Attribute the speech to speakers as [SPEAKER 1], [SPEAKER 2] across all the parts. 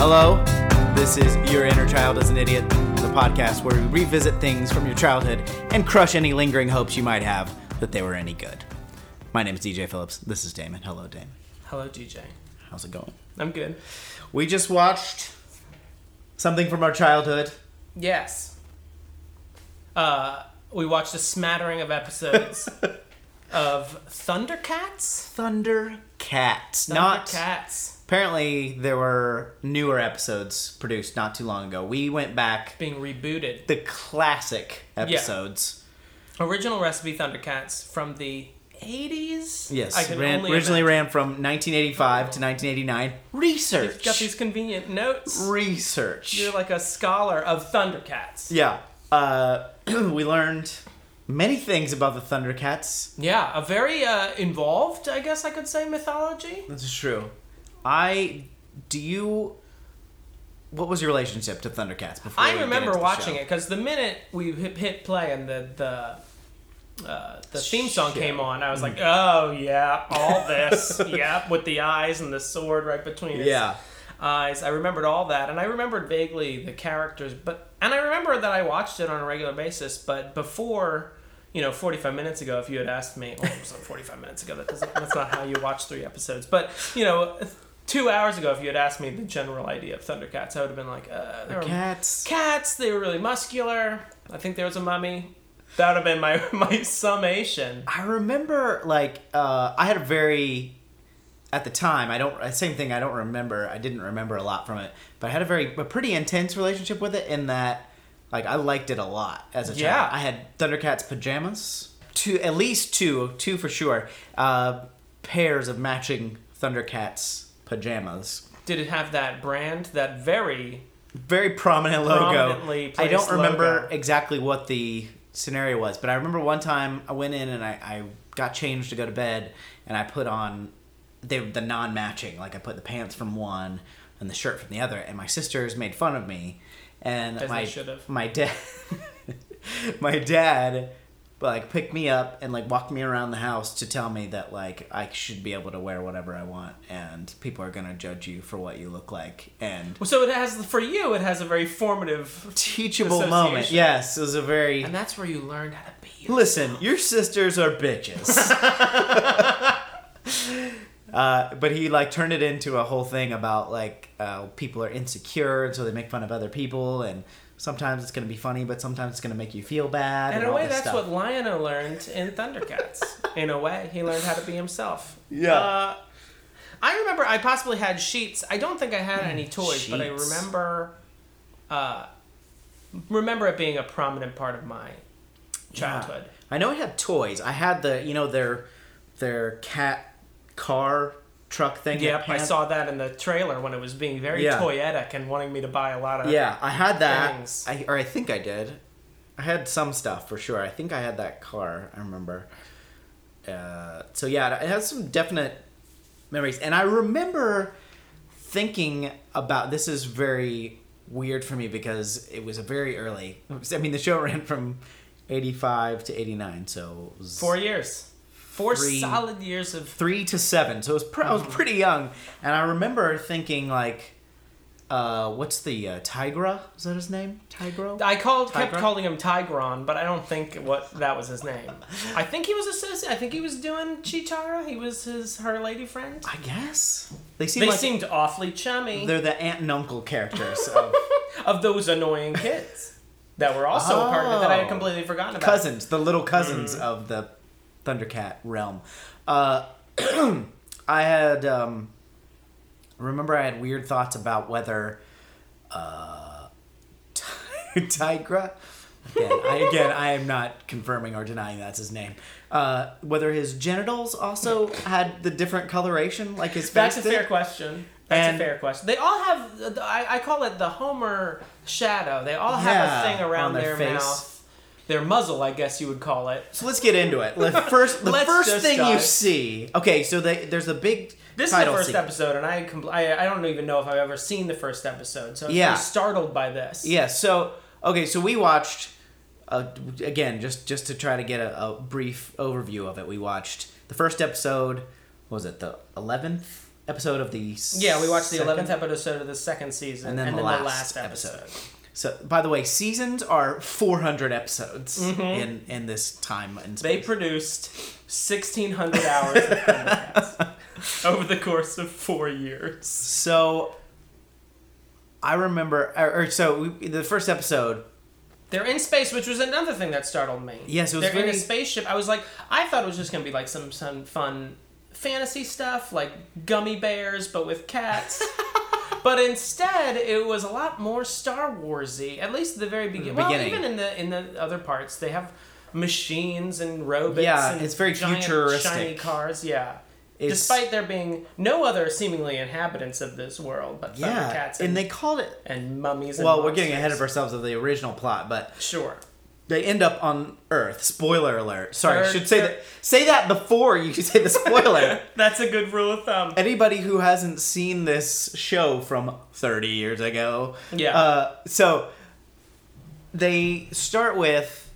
[SPEAKER 1] Hello, this is Your Inner Child is an Idiot, the podcast where we revisit things from your childhood and crush any lingering hopes you might have that they were any good. My name is DJ Phillips. This is Damon. Hello, Damon.
[SPEAKER 2] Hello, DJ.
[SPEAKER 1] How's it going?
[SPEAKER 2] I'm good.
[SPEAKER 1] We just watched something from our childhood.
[SPEAKER 2] Yes. Uh, we watched a smattering of episodes of Thundercats.
[SPEAKER 1] Thundercats. Not
[SPEAKER 2] Thundercats
[SPEAKER 1] apparently there were newer episodes produced not too long ago. We went back
[SPEAKER 2] being rebooted.
[SPEAKER 1] the classic episodes.
[SPEAKER 2] Original recipe Thundercats from the 80s.
[SPEAKER 1] Yes,
[SPEAKER 2] I can
[SPEAKER 1] ran-
[SPEAKER 2] only
[SPEAKER 1] originally
[SPEAKER 2] imagine.
[SPEAKER 1] ran from 1985 to 1989. Research.
[SPEAKER 2] got these convenient notes.
[SPEAKER 1] research.
[SPEAKER 2] You're like a scholar of Thundercats.
[SPEAKER 1] yeah. Uh, we learned many things about the Thundercats.
[SPEAKER 2] Yeah, a very uh, involved, I guess I could say, mythology.
[SPEAKER 1] That's true. I do you. What was your relationship to Thundercats before? we
[SPEAKER 2] I
[SPEAKER 1] get
[SPEAKER 2] remember
[SPEAKER 1] into the
[SPEAKER 2] watching
[SPEAKER 1] show?
[SPEAKER 2] it because the minute we hit, hit play and the the uh, the theme song
[SPEAKER 1] Shit. Mm.
[SPEAKER 2] came on, I was like, "Oh yeah, all this, yeah, with the eyes and the sword right between his
[SPEAKER 1] Yeah.
[SPEAKER 2] eyes." I remembered all that, and I remembered vaguely the characters, but and I remember that I watched it on a regular basis. But before, you know, forty five minutes ago, if you had asked me, oh, it was forty five minutes ago. That doesn't, that's not how you watch three episodes. But you know. Two hours ago, if you had asked me the general idea of Thundercats, I would have been like, uh, there are
[SPEAKER 1] Cats.
[SPEAKER 2] cats. They were really muscular. I think there was a mummy. That would have been my my summation.
[SPEAKER 1] I remember like uh, I had a very at the time I don't uh, same thing I don't remember I didn't remember a lot from it but I had a very a pretty intense relationship with it in that like I liked it a lot as a child.
[SPEAKER 2] Yeah.
[SPEAKER 1] I had Thundercats pajamas two at least two two for sure uh, pairs of matching Thundercats pajamas.
[SPEAKER 2] Did it have that brand? That very
[SPEAKER 1] Very prominent logo.
[SPEAKER 2] Prominently
[SPEAKER 1] I don't
[SPEAKER 2] placed
[SPEAKER 1] remember
[SPEAKER 2] logo.
[SPEAKER 1] exactly what the scenario was, but I remember one time I went in and I, I got changed to go to bed, and I put on they, the non matching. Like I put the pants from one and the shirt from the other, and my sisters made fun of me, and
[SPEAKER 2] As they
[SPEAKER 1] my
[SPEAKER 2] should've.
[SPEAKER 1] my dad my dad like picked me up and like walked me around the house to tell me that like I should be able to wear whatever I want and people are gonna judge you for what you look like and
[SPEAKER 2] well, so it has for you. It has a very formative,
[SPEAKER 1] teachable moment.
[SPEAKER 2] Association.
[SPEAKER 1] Yes, it was a very.
[SPEAKER 2] and that's where you learned how to be.
[SPEAKER 1] Listen, your sisters are bitches. uh, but he like turned it into a whole thing about like uh, people are insecure and so they make fun of other people and sometimes it's gonna be funny but sometimes it's gonna make you feel bad.
[SPEAKER 2] And
[SPEAKER 1] And
[SPEAKER 2] in a
[SPEAKER 1] all
[SPEAKER 2] way,
[SPEAKER 1] this
[SPEAKER 2] that's
[SPEAKER 1] stuff.
[SPEAKER 2] what Lionel learned in Thundercats. in a way, he learned how to be himself.
[SPEAKER 1] Yeah.
[SPEAKER 2] Uh, I remember I possibly had sheets. I don't think I had any toys, but I
[SPEAKER 1] Hmm, sheets.
[SPEAKER 2] remember uh, remember it being a prominent part of my childhood.
[SPEAKER 1] I know I had toys. I had the you know their their cat car truck thing. that
[SPEAKER 2] Yep, I
[SPEAKER 1] pan-
[SPEAKER 2] saw that in the trailer when it was being very
[SPEAKER 1] Yeah.
[SPEAKER 2] toyetic and wanting me to buy a lot of.
[SPEAKER 1] Yeah, I had that.
[SPEAKER 2] things.
[SPEAKER 1] I, or I think I did. I had some stuff for sure. I think I had that car. I remember. Uh, so yeah, it has some definite memories, and I remember thinking about this is very weird for me because it was a very early. I mean, the show ran from eighty five to eighty nine, so it was
[SPEAKER 2] Four years, four
[SPEAKER 1] Three.
[SPEAKER 2] solid years of.
[SPEAKER 1] three to seven. So it was pr- I was
[SPEAKER 2] Mm-hmm.
[SPEAKER 1] pretty young, and I remember thinking like, uh, what's the uh, Tigra? Is that his name? Tigro.
[SPEAKER 2] I called, kept
[SPEAKER 1] Tigron?
[SPEAKER 2] calling him Tigron, but I don't think what that was his name. I think he was associated. I think he was doing Chitara. He was his her lady friend.
[SPEAKER 1] I guess they seem
[SPEAKER 2] They
[SPEAKER 1] like
[SPEAKER 2] seemed awfully chummy
[SPEAKER 1] they're the aunt and uncle characters of
[SPEAKER 2] of those annoying kids that were also a part of it that I
[SPEAKER 1] Oh.
[SPEAKER 2] had completely forgotten about.
[SPEAKER 1] cousins, the little cousins
[SPEAKER 2] Mm-hmm.
[SPEAKER 1] of the Thundercat realm. Uh, I had um, remember I had weird thoughts about whether uh, Tigra. Again, I, again, I am not confirming or denying that's his name. Uh, whether his genitals also had the different coloration, like his face.
[SPEAKER 2] That's a
[SPEAKER 1] did.
[SPEAKER 2] fair question. That's
[SPEAKER 1] And-
[SPEAKER 2] a fair question. They all have. I, I call it the Homer shadow. They all have
[SPEAKER 1] Yeah,
[SPEAKER 2] a thing around
[SPEAKER 1] on their
[SPEAKER 2] their,
[SPEAKER 1] face.
[SPEAKER 2] mouth, their muzzle, I guess you would call it.
[SPEAKER 1] So let's get into it. The first, the
[SPEAKER 2] Let's
[SPEAKER 1] first
[SPEAKER 2] just
[SPEAKER 1] thing you
[SPEAKER 2] dive.
[SPEAKER 1] see. Okay, so they, there's a big.
[SPEAKER 2] This
[SPEAKER 1] title
[SPEAKER 2] is the first
[SPEAKER 1] sequence.
[SPEAKER 2] episode, and I, compl- I I don't even know if I've ever seen the first episode, so I'm
[SPEAKER 1] Yeah.
[SPEAKER 2] pretty startled by this.
[SPEAKER 1] Yeah. So okay, so we watched uh, again just just to try to get a, a brief overview of it. We watched the first episode. What was it the eleventh episode of the
[SPEAKER 2] Yeah, we watched the
[SPEAKER 1] second-
[SPEAKER 2] eleventh episode of the second season,
[SPEAKER 1] and then, the, last episode. So, by the way, seasons are 400 episodes in in this time and
[SPEAKER 2] Mm-hmm. They
[SPEAKER 1] space.
[SPEAKER 2] produced sixteen hundred hours of Thundercats over the course of four years.
[SPEAKER 1] so, I remember, or, or so we, the first episode.
[SPEAKER 2] They're in space, which was another thing that startled me.
[SPEAKER 1] Yes, it was
[SPEAKER 2] they're in a
[SPEAKER 1] very-
[SPEAKER 2] spaceship. I was like, I thought it was just gonna be like some some fun fantasy stuff, like gummy bears, but with cats. but instead, it was a lot more Star Warsy. At least at the very beginning. Well,
[SPEAKER 1] beginning.
[SPEAKER 2] even in the in the other parts, they have machines and robots.
[SPEAKER 1] Yeah,
[SPEAKER 2] and
[SPEAKER 1] it's very
[SPEAKER 2] giant,
[SPEAKER 1] futuristic.
[SPEAKER 2] Shiny cars. Yeah.
[SPEAKER 1] It's-
[SPEAKER 2] Despite there being no other seemingly inhabitants of this world, but
[SPEAKER 1] Yeah,
[SPEAKER 2] Thundercats and,
[SPEAKER 1] and they called it.
[SPEAKER 2] and mummies. And
[SPEAKER 1] Well, we're getting
[SPEAKER 2] monsters.
[SPEAKER 1] ahead of ourselves of the original plot, but
[SPEAKER 2] Sure.
[SPEAKER 1] they end up on Earth. Spoiler alert. Sorry, I
[SPEAKER 2] Third-
[SPEAKER 1] should say
[SPEAKER 2] third-
[SPEAKER 1] that. Say that before you say the spoiler.
[SPEAKER 2] That's a good rule of thumb.
[SPEAKER 1] anybody who hasn't seen this show from 30 years ago.
[SPEAKER 2] Yeah.
[SPEAKER 1] Uh, so they start with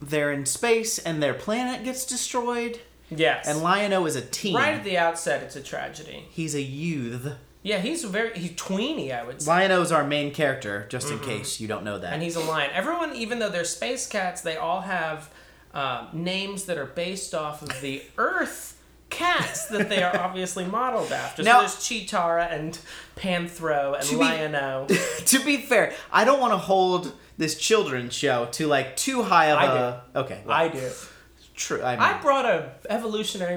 [SPEAKER 1] they're in space and their planet gets destroyed.
[SPEAKER 2] Yes.
[SPEAKER 1] And Lion-O is a teen.
[SPEAKER 2] right at the outset, it's a tragedy.
[SPEAKER 1] He's a youth.
[SPEAKER 2] Yeah, he's very he's tweeny, I would say,
[SPEAKER 1] Lion-O is our main character, just
[SPEAKER 2] Mm-hmm.
[SPEAKER 1] in case you don't know that.
[SPEAKER 2] and he's a lion. Everyone, even though they're space cats, they all have um, names that are based off of the Earth cats that they are obviously modeled after.
[SPEAKER 1] Now-
[SPEAKER 2] so there's Cheetara and Panthro
[SPEAKER 1] To be-
[SPEAKER 2] and Lion-O.
[SPEAKER 1] to be fair, I don't want to hold this children's show to like too high of
[SPEAKER 2] I
[SPEAKER 1] a. Okay. well,
[SPEAKER 2] I do.
[SPEAKER 1] true. I mean,
[SPEAKER 2] I brought a evolutionary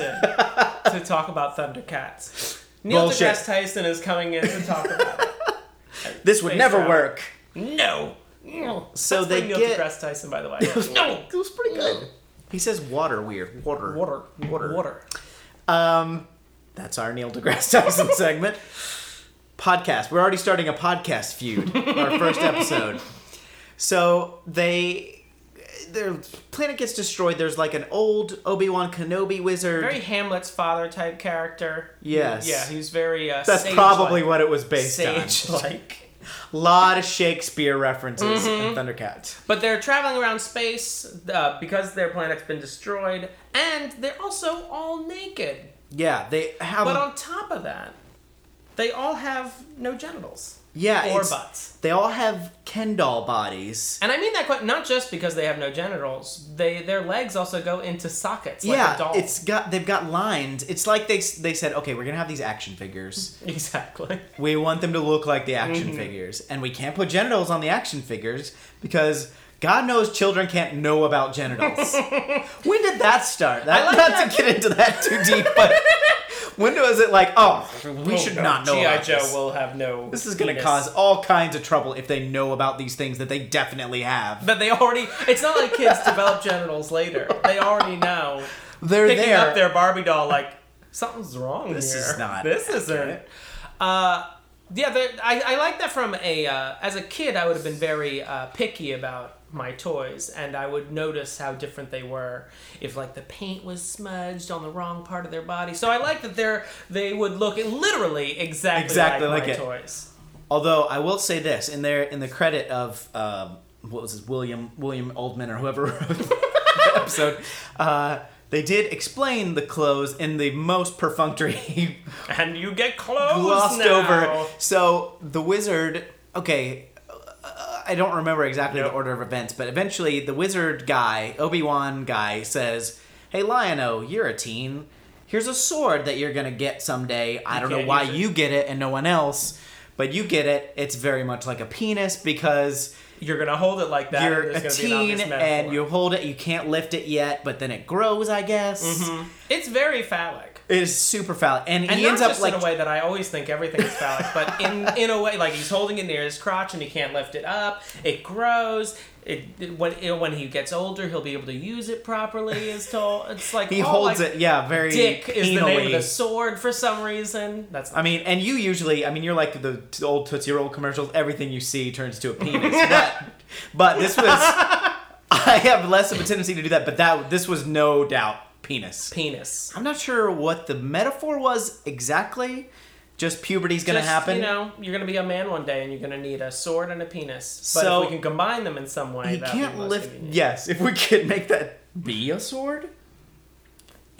[SPEAKER 2] in to talk about Thundercats. Neil
[SPEAKER 1] Bullshit.
[SPEAKER 2] deGrasse Tyson is coming in to talk about it.
[SPEAKER 1] this would
[SPEAKER 2] space
[SPEAKER 1] never
[SPEAKER 2] travel.
[SPEAKER 1] work.
[SPEAKER 2] No. No.
[SPEAKER 1] So
[SPEAKER 2] That's
[SPEAKER 1] they
[SPEAKER 2] by Neil
[SPEAKER 1] get-
[SPEAKER 2] deGrasse Tyson, by the way. no.
[SPEAKER 1] It was pretty good. He says water weird. Water.
[SPEAKER 2] Water.
[SPEAKER 1] Water.
[SPEAKER 2] Water.
[SPEAKER 1] Um, that's our Neil deGrasse Tyson segment. Podcast. We're already starting a podcast feud. Our first episode. So they, their planet gets destroyed. There's like an old Obi Wan Kenobi wizard.
[SPEAKER 2] Very Hamlet's father type character.
[SPEAKER 1] Yes.
[SPEAKER 2] Yeah, he's very. Uh,
[SPEAKER 1] that's
[SPEAKER 2] sage-like.
[SPEAKER 1] probably what it was based on.
[SPEAKER 2] Sage-like.
[SPEAKER 1] A lot of Shakespeare references in Thundercats.
[SPEAKER 2] But they're traveling around space uh, because their planet's been destroyed, and they're also all naked.
[SPEAKER 1] Yeah, they have.
[SPEAKER 2] But
[SPEAKER 1] a-
[SPEAKER 2] on top of that, they all have no genitals
[SPEAKER 1] yeah,
[SPEAKER 2] or
[SPEAKER 1] Uh, it's-
[SPEAKER 2] butts.
[SPEAKER 1] They all have Ken doll bodies.
[SPEAKER 2] And I mean that quite not just because they have no genitals. They their legs also go into sockets like
[SPEAKER 1] yeah,
[SPEAKER 2] a doll.
[SPEAKER 1] it's got they've got lines. It's like they s- they said, okay, we're gonna have these action figures.
[SPEAKER 2] exactly.
[SPEAKER 1] We want them to look like the
[SPEAKER 2] Mm-hmm.
[SPEAKER 1] action figures, and we can't put genitals on the action figures because God knows children can't know about genitals. when did that start? That,
[SPEAKER 2] I like
[SPEAKER 1] not
[SPEAKER 2] that.
[SPEAKER 1] to get into that too deep, but when was it like, oh, we should not know
[SPEAKER 2] G.I.
[SPEAKER 1] about
[SPEAKER 2] Joe
[SPEAKER 1] this.
[SPEAKER 2] will have no.
[SPEAKER 1] this is going to
[SPEAKER 2] penis.
[SPEAKER 1] cause all kinds of trouble if they know about these things that they definitely have.
[SPEAKER 2] But they already. It's not like kids develop genitals later. They already know.
[SPEAKER 1] They're
[SPEAKER 2] Picking
[SPEAKER 1] there.
[SPEAKER 2] up their Barbie doll, like something's wrong
[SPEAKER 1] This
[SPEAKER 2] here.
[SPEAKER 1] is not
[SPEAKER 2] This isn't. Uh, yeah, there- I, I like that from a. Uh, as a kid, I would have been very uh, picky about my toys, and I would notice how different they were if like the paint was smudged on the wrong part of their body. So I like that they're they would look literally exactly
[SPEAKER 1] Exactly
[SPEAKER 2] like,
[SPEAKER 1] like
[SPEAKER 2] my
[SPEAKER 1] it.
[SPEAKER 2] toys.
[SPEAKER 1] Although I will say this in their in the credit of um, what was his William William Oldman or whoever wrote the episode, uh, they did explain the clothes in the most perfunctory,
[SPEAKER 2] And you get clothes
[SPEAKER 1] glossed
[SPEAKER 2] now.
[SPEAKER 1] over. So the wizard, okay, uh, I don't remember exactly
[SPEAKER 2] Yep.
[SPEAKER 1] the order of events, but eventually the wizard guy, Obi Wan guy, says, "Hey Lion-O, you're a teen. Here's a sword that you're gonna get someday. I don't know
[SPEAKER 2] can't
[SPEAKER 1] why
[SPEAKER 2] use it."
[SPEAKER 1] you get it and no one else." But you get it. It's very much like a penis because
[SPEAKER 2] You're gonna hold it like that. and
[SPEAKER 1] you're
[SPEAKER 2] there's
[SPEAKER 1] a
[SPEAKER 2] gonna be an obvious
[SPEAKER 1] teen and
[SPEAKER 2] metaphor.
[SPEAKER 1] you hold it. You can't lift it yet, but then it grows, I guess.
[SPEAKER 2] It's very phallic.
[SPEAKER 1] It is super phallic, and,
[SPEAKER 2] Mm-hmm. And
[SPEAKER 1] he
[SPEAKER 2] not
[SPEAKER 1] ends
[SPEAKER 2] just
[SPEAKER 1] up like
[SPEAKER 2] in a way that I always think everything is phallic, but in in a way like he's holding it near his crotch and he can't lift it up. It grows. It, it- when it, when he gets older, he'll be able to use it properly. Is told it's like
[SPEAKER 1] he
[SPEAKER 2] oh,
[SPEAKER 1] holds
[SPEAKER 2] like,
[SPEAKER 1] it. Yeah, very
[SPEAKER 2] Dick is the name of
[SPEAKER 1] penally.
[SPEAKER 2] the sword for some reason. That's
[SPEAKER 1] I mean, and you usually, I mean, you're like the, the old Tootsie Roll commercials. Everything you see turns to a penis. but, but this was, I have less of a tendency to do that. But that this was no doubt penis.
[SPEAKER 2] penis.
[SPEAKER 1] I'm not sure what the metaphor was exactly. Just puberty's gonna
[SPEAKER 2] Just,
[SPEAKER 1] happen.
[SPEAKER 2] You know, you're gonna be a man one day, and you're gonna need a sword and a penis. But
[SPEAKER 1] So-
[SPEAKER 2] if we can combine them in some way,
[SPEAKER 1] you
[SPEAKER 2] that'd be
[SPEAKER 1] can't
[SPEAKER 2] most
[SPEAKER 1] lift.
[SPEAKER 2] convenient.
[SPEAKER 1] Yes, if we could make that be a sword.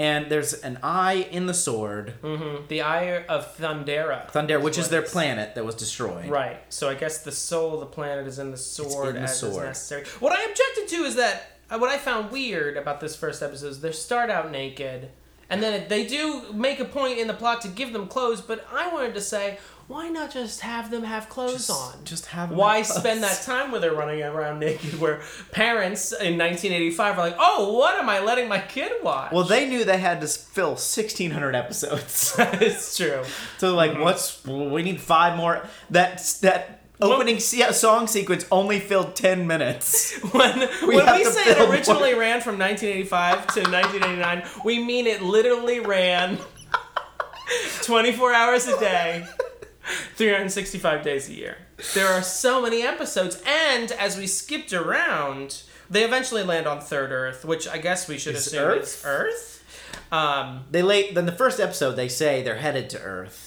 [SPEAKER 1] and there's an eye in the sword,
[SPEAKER 2] hmm The Eye of Thundera.
[SPEAKER 1] Thunder, which
[SPEAKER 2] what
[SPEAKER 1] is their
[SPEAKER 2] it is.
[SPEAKER 1] planet that was destroyed.
[SPEAKER 2] Right. So I guess the soul of the planet is in the sword
[SPEAKER 1] in the
[SPEAKER 2] as is
[SPEAKER 1] sword.
[SPEAKER 2] necessary. What I objected to is that uh, what I found weird about this first episode is they start out naked, and then it- they do make a point in the plot to give them clothes. But I wanted to say, why not just have them have clothes
[SPEAKER 1] Just-
[SPEAKER 2] on?
[SPEAKER 1] just have them
[SPEAKER 2] Why
[SPEAKER 1] have clothes.
[SPEAKER 2] spend that time where they're running around naked? Where parents in 1985 are like, oh, what am I letting my kid watch?
[SPEAKER 1] Well, they knew they had to fill 1,600 episodes.
[SPEAKER 2] that is true.
[SPEAKER 1] So like,
[SPEAKER 2] Mm-hmm.
[SPEAKER 1] what's well, we need five more? That that
[SPEAKER 2] Well-
[SPEAKER 1] opening se- song sequence only filled ten minutes.
[SPEAKER 2] When we, when
[SPEAKER 1] have
[SPEAKER 2] we
[SPEAKER 1] to
[SPEAKER 2] say it
[SPEAKER 1] film
[SPEAKER 2] originally ran from 1985 to 1989, we mean it literally ran 24 hours a day, 365 days a year. There are so many episodes, and as we skipped around, they eventually land on Third Earth, which I guess we should
[SPEAKER 1] Is
[SPEAKER 2] assume
[SPEAKER 1] Earth?
[SPEAKER 2] is Earth. Um,
[SPEAKER 1] They late then the first episode they say they're headed to Earth,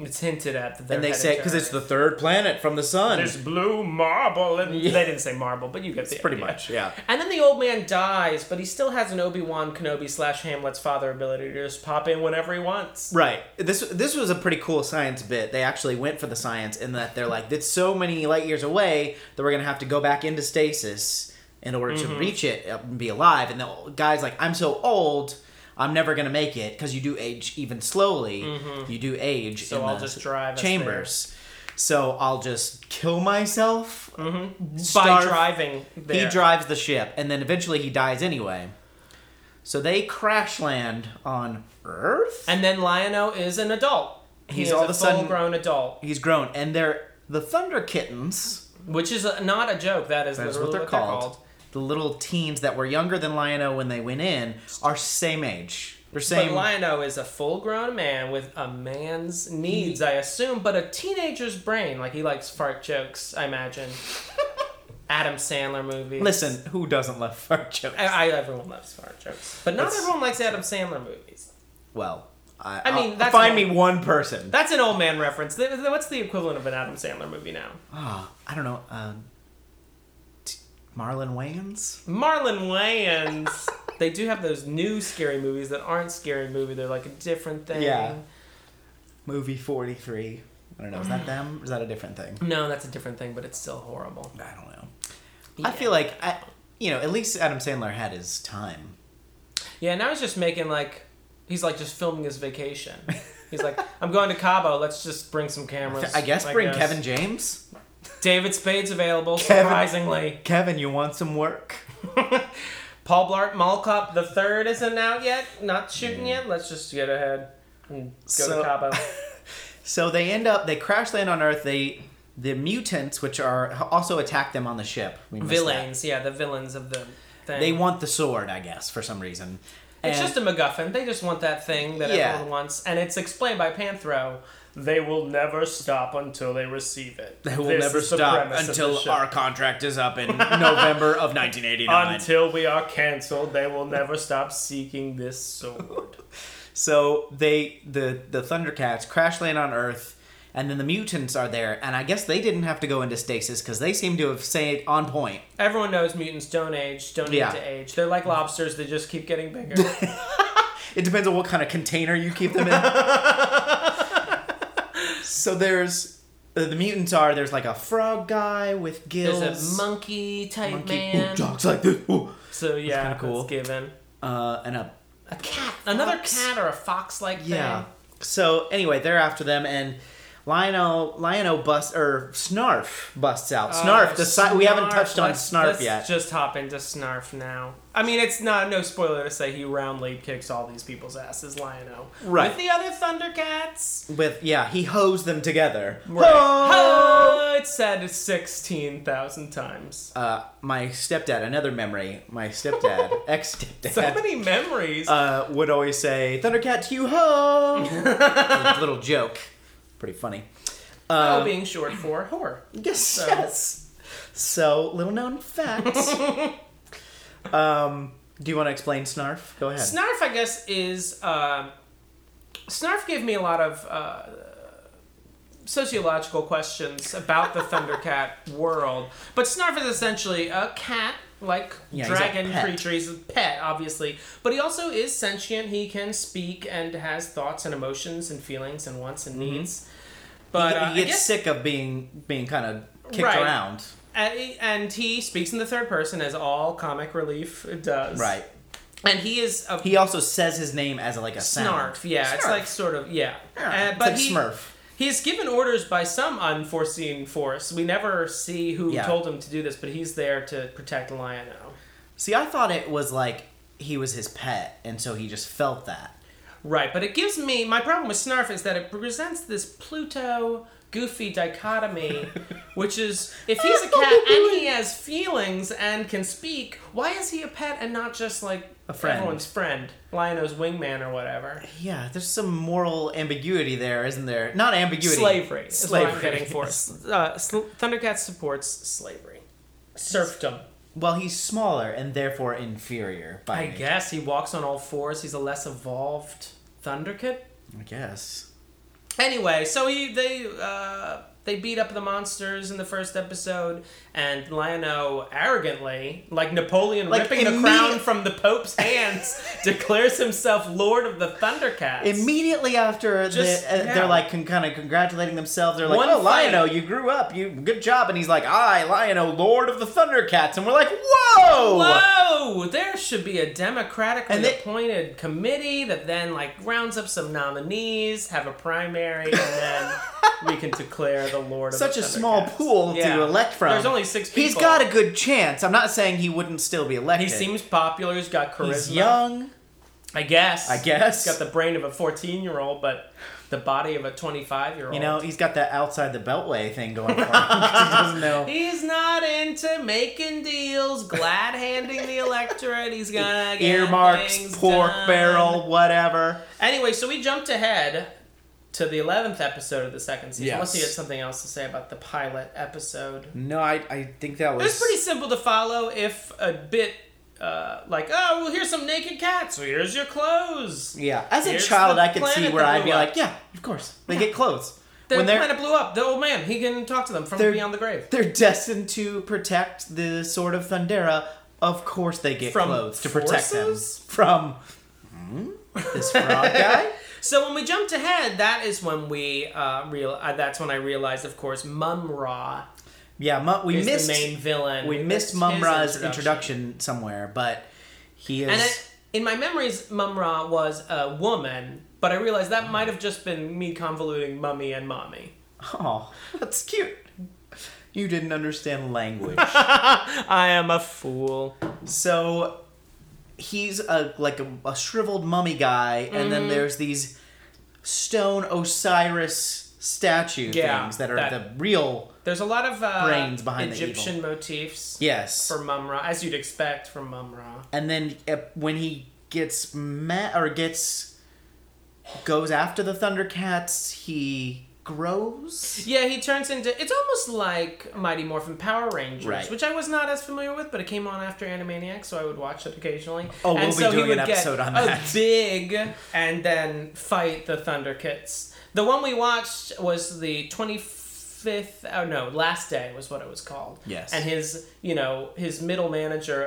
[SPEAKER 2] it's hinted at that.
[SPEAKER 1] and they say because it's the third planet from the sun.
[SPEAKER 2] there's blue marble, and
[SPEAKER 1] Yeah.
[SPEAKER 2] they didn't say marble, but you get the
[SPEAKER 1] pretty
[SPEAKER 2] idea.
[SPEAKER 1] much, yeah.
[SPEAKER 2] And then the old man dies, but he still has an Obi Wan Kenobi slash Hamlet's father ability to just pop in whenever he wants.
[SPEAKER 1] Right. This this was a pretty cool science bit. They actually went for the science in that they're like, it's so many light years away that we're gonna have to go back into stasis in order to
[SPEAKER 2] Mm-hmm.
[SPEAKER 1] reach it and be alive. And the guy's like, I'm so old, I'm never gonna make it because you do age even slowly. You do age.
[SPEAKER 2] Mm-hmm. So
[SPEAKER 1] in
[SPEAKER 2] I'll
[SPEAKER 1] the
[SPEAKER 2] just drive us
[SPEAKER 1] chambers. So I'll just kill myself
[SPEAKER 2] Mm-hmm. By
[SPEAKER 1] starve-
[SPEAKER 2] driving, there.
[SPEAKER 1] He drives the ship, and then eventually he dies anyway. So they crash land on Earth.
[SPEAKER 2] And then Lionel is an adult. He
[SPEAKER 1] He's
[SPEAKER 2] is
[SPEAKER 1] all
[SPEAKER 2] a
[SPEAKER 1] of a
[SPEAKER 2] full
[SPEAKER 1] sudden-
[SPEAKER 2] grown adult,
[SPEAKER 1] He's grown, and they're the Thunder Kittens.
[SPEAKER 2] which is uh, not a joke. That is
[SPEAKER 1] That's
[SPEAKER 2] literally
[SPEAKER 1] what they're called. The little teens that were younger than Lion-O when they went in are same age. They're
[SPEAKER 2] But
[SPEAKER 1] same.
[SPEAKER 2] Lionel is a full grown man with a man's needs, I assume, but a teenager's brain. Like he likes fart jokes, I imagine. Adam Sandler movies.
[SPEAKER 1] Listen, who doesn't love fart jokes?
[SPEAKER 2] I, I everyone loves fart jokes, but not
[SPEAKER 1] That's-
[SPEAKER 2] everyone likes Adam Sandler movies.
[SPEAKER 1] well, I,
[SPEAKER 2] I mean,
[SPEAKER 1] I'll-
[SPEAKER 2] that's
[SPEAKER 1] find
[SPEAKER 2] all-
[SPEAKER 1] me one person.
[SPEAKER 2] That's an old man reference. Th- th- What's the equivalent of an Adam Sandler movie now?
[SPEAKER 1] Ah, I don't know. Um, t- Marlon Wayans.
[SPEAKER 2] Marlon Wayans. they do have those new scary movies that aren't scary movie. They're like a different thing.
[SPEAKER 1] Yeah. Movie forty three. I don't know. Is that them? Or is that a different thing?
[SPEAKER 2] No, that's a different thing, but it's still horrible.
[SPEAKER 1] I don't know.
[SPEAKER 2] Yeah.
[SPEAKER 1] I feel like I, you know, at least Adam Sandler had his time.
[SPEAKER 2] Yeah, now he's just making like, he's like just filming his vacation. He's like, I'm going to Cabo. Let's just bring some cameras.
[SPEAKER 1] I guess bring Kevin James.
[SPEAKER 2] David Spade's available.
[SPEAKER 1] Kevin-
[SPEAKER 2] Surprisingly,
[SPEAKER 1] Kevin, you want some work?
[SPEAKER 2] Paul Blart Mall Cop the third isn't out yet. Not shooting yet. Let's just get ahead and go
[SPEAKER 1] Mm. So-
[SPEAKER 2] to Cabo.
[SPEAKER 1] So they end up they crash land on Earth. They the mutants, which are also attack them on the ship. We missed
[SPEAKER 2] villains, yeah, the villains of the
[SPEAKER 1] that.
[SPEAKER 2] thing.
[SPEAKER 1] They want the sword, I guess, for some reason.
[SPEAKER 2] it's
[SPEAKER 1] And-
[SPEAKER 2] just a MacGuffin. They just want that thing that
[SPEAKER 1] Yeah.
[SPEAKER 2] everyone wants, and it's explained by Panthro. They will never stop until they receive it.
[SPEAKER 1] they will never stop until our contract is up in November of 1989.
[SPEAKER 2] we are canceled. They will never stop seeking this sword.
[SPEAKER 1] so they the the Thundercats crash land on Earth, and then the mutants are there. And I guess they didn't have to go into stasis because they seem to have stayed on point.
[SPEAKER 2] Everyone knows mutants don't age, don't need
[SPEAKER 1] Yeah.
[SPEAKER 2] to age. They're like lobsters; they just keep getting bigger.
[SPEAKER 1] It depends on what kind of container you keep them in. so there's uh, the mutants are there's like a frog guy with gills.
[SPEAKER 2] There's a monkey type
[SPEAKER 1] monkey. Ooh,
[SPEAKER 2] man.
[SPEAKER 1] dogs like this. Ooh.
[SPEAKER 2] So yeah,
[SPEAKER 1] kinda cool.
[SPEAKER 2] that's given.
[SPEAKER 1] Uh, and a
[SPEAKER 2] A cat, another
[SPEAKER 1] Fox?
[SPEAKER 2] cat or a fox-like
[SPEAKER 1] yeah.
[SPEAKER 2] thing.
[SPEAKER 1] So anyway, they're after them and. Lionel, Lionel bust or Snarf busts out. Snarf,
[SPEAKER 2] Oh,
[SPEAKER 1] the si- we haven't
[SPEAKER 2] Snarf.
[SPEAKER 1] touched on
[SPEAKER 2] Let's-
[SPEAKER 1] Snarf
[SPEAKER 2] let's
[SPEAKER 1] yet.
[SPEAKER 2] Just hop into Snarf now. I mean, it's not no spoiler to say he roundly kicks all these people's asses, Lion-O.
[SPEAKER 1] Right.
[SPEAKER 2] With the other Thundercats.
[SPEAKER 1] With yeah, he hoes them together. Ho!
[SPEAKER 2] Oh, it's said sixteen thousand times.
[SPEAKER 1] Uh, my stepdad, another memory. My stepdad, ex stepdad.
[SPEAKER 2] So many memories.
[SPEAKER 1] uh, would always say "Thundercats, you ho!" little joke, pretty funny.
[SPEAKER 2] oh, being short for whore.
[SPEAKER 1] Yes, yes. So, little known fact. um, do you want to explain Snarf? Go ahead.
[SPEAKER 2] Snarf, I guess, is um Snarf gave me a lot of uh, sociological questions about the Thundercat world. But Snarf is essentially a cat like
[SPEAKER 1] Yeah, he's a
[SPEAKER 2] dragon
[SPEAKER 1] pet.
[SPEAKER 2] creature. He's a pet, obviously, but he also is sentient. He can speak and has thoughts and emotions and feelings and wants and needs.
[SPEAKER 1] Mm-hmm.
[SPEAKER 2] But
[SPEAKER 1] he,
[SPEAKER 2] uh,
[SPEAKER 1] he
[SPEAKER 2] I
[SPEAKER 1] gets
[SPEAKER 2] guess-
[SPEAKER 1] sick of being being kind of kicked
[SPEAKER 2] Right.
[SPEAKER 1] around.
[SPEAKER 2] and he- and he speaks in the third person as all comic relief does.
[SPEAKER 1] Right.
[SPEAKER 2] and he is a
[SPEAKER 1] He also says his name as like a sound.
[SPEAKER 2] snarf. Yeah, it's
[SPEAKER 1] Snarf.
[SPEAKER 2] like sort of yeah.
[SPEAKER 1] Yeah,
[SPEAKER 2] Uh,
[SPEAKER 1] it's
[SPEAKER 2] but
[SPEAKER 1] like
[SPEAKER 2] he,
[SPEAKER 1] Smurf.
[SPEAKER 2] He's given orders by some unforeseen force. We never see who
[SPEAKER 1] Yeah.
[SPEAKER 2] told him to do this, but he's there to protect Lionel.
[SPEAKER 1] See, I thought it was like he was his pet, and so he just felt that.
[SPEAKER 2] Right, but it gives me my problem with Snarf is that it presents this Pluto goofy dichotomy, which is if he's a cat and he has feelings and can speak, why is he a pet and not just like
[SPEAKER 1] A friend.
[SPEAKER 2] everyone's friend, Lionel's wingman or whatever?
[SPEAKER 1] Yeah, there's some moral ambiguity there, isn't there? Not ambiguity.
[SPEAKER 2] Slavery. Is What I'm
[SPEAKER 1] Slavery.
[SPEAKER 2] getting for. Uh, sl- Thundercat supports slavery, serfdom.
[SPEAKER 1] Well, he's smaller and therefore inferior by
[SPEAKER 2] I
[SPEAKER 1] nature.
[SPEAKER 2] guess he walks on all fours. He's a less evolved Thundercat.
[SPEAKER 1] I guess.
[SPEAKER 2] Anyway, so he they uh, they beat up the monsters in the first episode, and Lionel arrogantly, like Napoleon
[SPEAKER 1] Like,
[SPEAKER 2] ripping the
[SPEAKER 1] immediate-
[SPEAKER 2] crown from the Pope's hands, declares himself Lord of the Thundercats.
[SPEAKER 1] Immediately after
[SPEAKER 2] Just-
[SPEAKER 1] the, uh,
[SPEAKER 2] yeah.
[SPEAKER 1] they're like con- kind of congratulating themselves. They're like,
[SPEAKER 2] One
[SPEAKER 1] "Oh,
[SPEAKER 2] fight.
[SPEAKER 1] Lionel, you grew up. You good job." And he's like, "I, Lionel, Lord of the Thundercats," and we're like, "Whoa!"
[SPEAKER 2] Whoa! There should be a democratically
[SPEAKER 1] And they-
[SPEAKER 2] appointed committee that then like rounds up some nominees, have a primary, and then we can declare the Lord. of
[SPEAKER 1] Such
[SPEAKER 2] the
[SPEAKER 1] a small
[SPEAKER 2] Thundercats.
[SPEAKER 1] pool
[SPEAKER 2] Yeah.
[SPEAKER 1] to elect from.
[SPEAKER 2] There's only six people.
[SPEAKER 1] He's got a good chance. I'm not saying he wouldn't still be
[SPEAKER 2] He
[SPEAKER 1] elected.
[SPEAKER 2] seems popular. He's got charisma.
[SPEAKER 1] He's young.
[SPEAKER 2] I guess.
[SPEAKER 1] I guess.
[SPEAKER 2] He's got the brain of a 14 year old, but the body of a 25 year old.
[SPEAKER 1] You know, he's got that outside the beltway thing going for him. he doesn't know.
[SPEAKER 2] he's not into making deals, glad handing the electorate. He's gonna get
[SPEAKER 1] Earmarks,
[SPEAKER 2] things
[SPEAKER 1] pork
[SPEAKER 2] done.
[SPEAKER 1] barrel, whatever.
[SPEAKER 2] Anyway, so we jumped ahead to the 11th episode of the second season.
[SPEAKER 1] Yes.
[SPEAKER 2] Unless you had something else to say about the pilot episode.
[SPEAKER 1] No, I, I think that
[SPEAKER 2] It
[SPEAKER 1] was.
[SPEAKER 2] was pretty simple to follow if a bit. Uh, like oh well here's some naked cats so here's your clothes
[SPEAKER 1] Yeah, as a
[SPEAKER 2] Here's
[SPEAKER 1] child,
[SPEAKER 2] the
[SPEAKER 1] I could see
[SPEAKER 2] planet
[SPEAKER 1] where
[SPEAKER 2] that
[SPEAKER 1] I'd be
[SPEAKER 2] blew up.
[SPEAKER 1] like, yeah, of course. They get clothes.
[SPEAKER 2] The
[SPEAKER 1] when they're,
[SPEAKER 2] planet blew up. The old man, he can talk to them from
[SPEAKER 1] They're-
[SPEAKER 2] beyond the grave.
[SPEAKER 1] they're destined to protect the Sword of Thundera, of course they get
[SPEAKER 2] From
[SPEAKER 1] clothes to protect them.
[SPEAKER 2] forces?
[SPEAKER 1] From. Hmm? This frog guy?
[SPEAKER 2] So when we jumped ahead, that is when we uh, real. Uh, that's when I realized, of course, Mum Ra
[SPEAKER 1] Yeah, Mu- we
[SPEAKER 2] is
[SPEAKER 1] missed.
[SPEAKER 2] the main villain.
[SPEAKER 1] we missed
[SPEAKER 2] his
[SPEAKER 1] Mum Ra's introduction somewhere, but he is.
[SPEAKER 2] And I, in my memories, Mum Ra was a woman, but I realized that might have just been me convoluting mummy and mommy.
[SPEAKER 1] Oh, that's cute. You didn't understand language.
[SPEAKER 2] I am a fool.
[SPEAKER 1] so he's a like a, a shriveled mummy guy, and
[SPEAKER 2] Mm-hmm.
[SPEAKER 1] then there's these stone Osiris statue
[SPEAKER 2] Yeah,
[SPEAKER 1] things that are
[SPEAKER 2] that-
[SPEAKER 1] the real
[SPEAKER 2] There's a lot of uh,
[SPEAKER 1] Brains behind the
[SPEAKER 2] Egyptian motifs
[SPEAKER 1] yes.
[SPEAKER 2] for Mum Ra, as you'd expect from Mum Ra.
[SPEAKER 1] and then uh, when he gets mad or gets goes after the Thundercats, he grows.
[SPEAKER 2] Yeah, he turns into. It's almost like Mighty Morphin Power Rangers,
[SPEAKER 1] Right.
[SPEAKER 2] which I was not as familiar with, but it came on after Animaniacs, so I would watch it occasionally.
[SPEAKER 1] Oh, we'll
[SPEAKER 2] and
[SPEAKER 1] be
[SPEAKER 2] so he
[SPEAKER 1] doing an
[SPEAKER 2] would get
[SPEAKER 1] episode on
[SPEAKER 2] a
[SPEAKER 1] that.
[SPEAKER 2] Big, and then fight the Thundercats. The one we watched was the twenty fifth. Oh no, last day was what it was called.
[SPEAKER 1] Yes.
[SPEAKER 2] And his, you know, his middle manager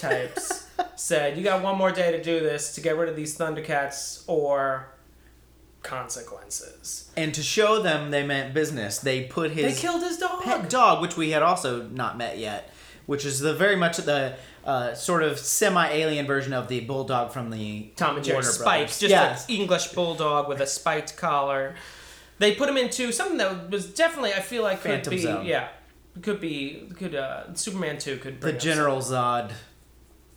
[SPEAKER 2] types said, "You got one more day to do this to get rid of these Thundercats, or consequences."
[SPEAKER 1] And to show them they meant business, they put his
[SPEAKER 2] They killed his dog.
[SPEAKER 1] pet dog, which we had also not met yet, which is the very much the uh, sort of semi-alien version of the bulldog from the
[SPEAKER 2] Tom and Jerry
[SPEAKER 1] Warner Brothers.
[SPEAKER 2] spikes, just
[SPEAKER 1] yeah.
[SPEAKER 2] an English bulldog with a spiked collar. They put him into something that was definitely I feel like could
[SPEAKER 1] Phantom
[SPEAKER 2] be
[SPEAKER 1] Zone.
[SPEAKER 2] yeah, could be could uh, Superman two could
[SPEAKER 1] the
[SPEAKER 2] bring up some-
[SPEAKER 1] General Zod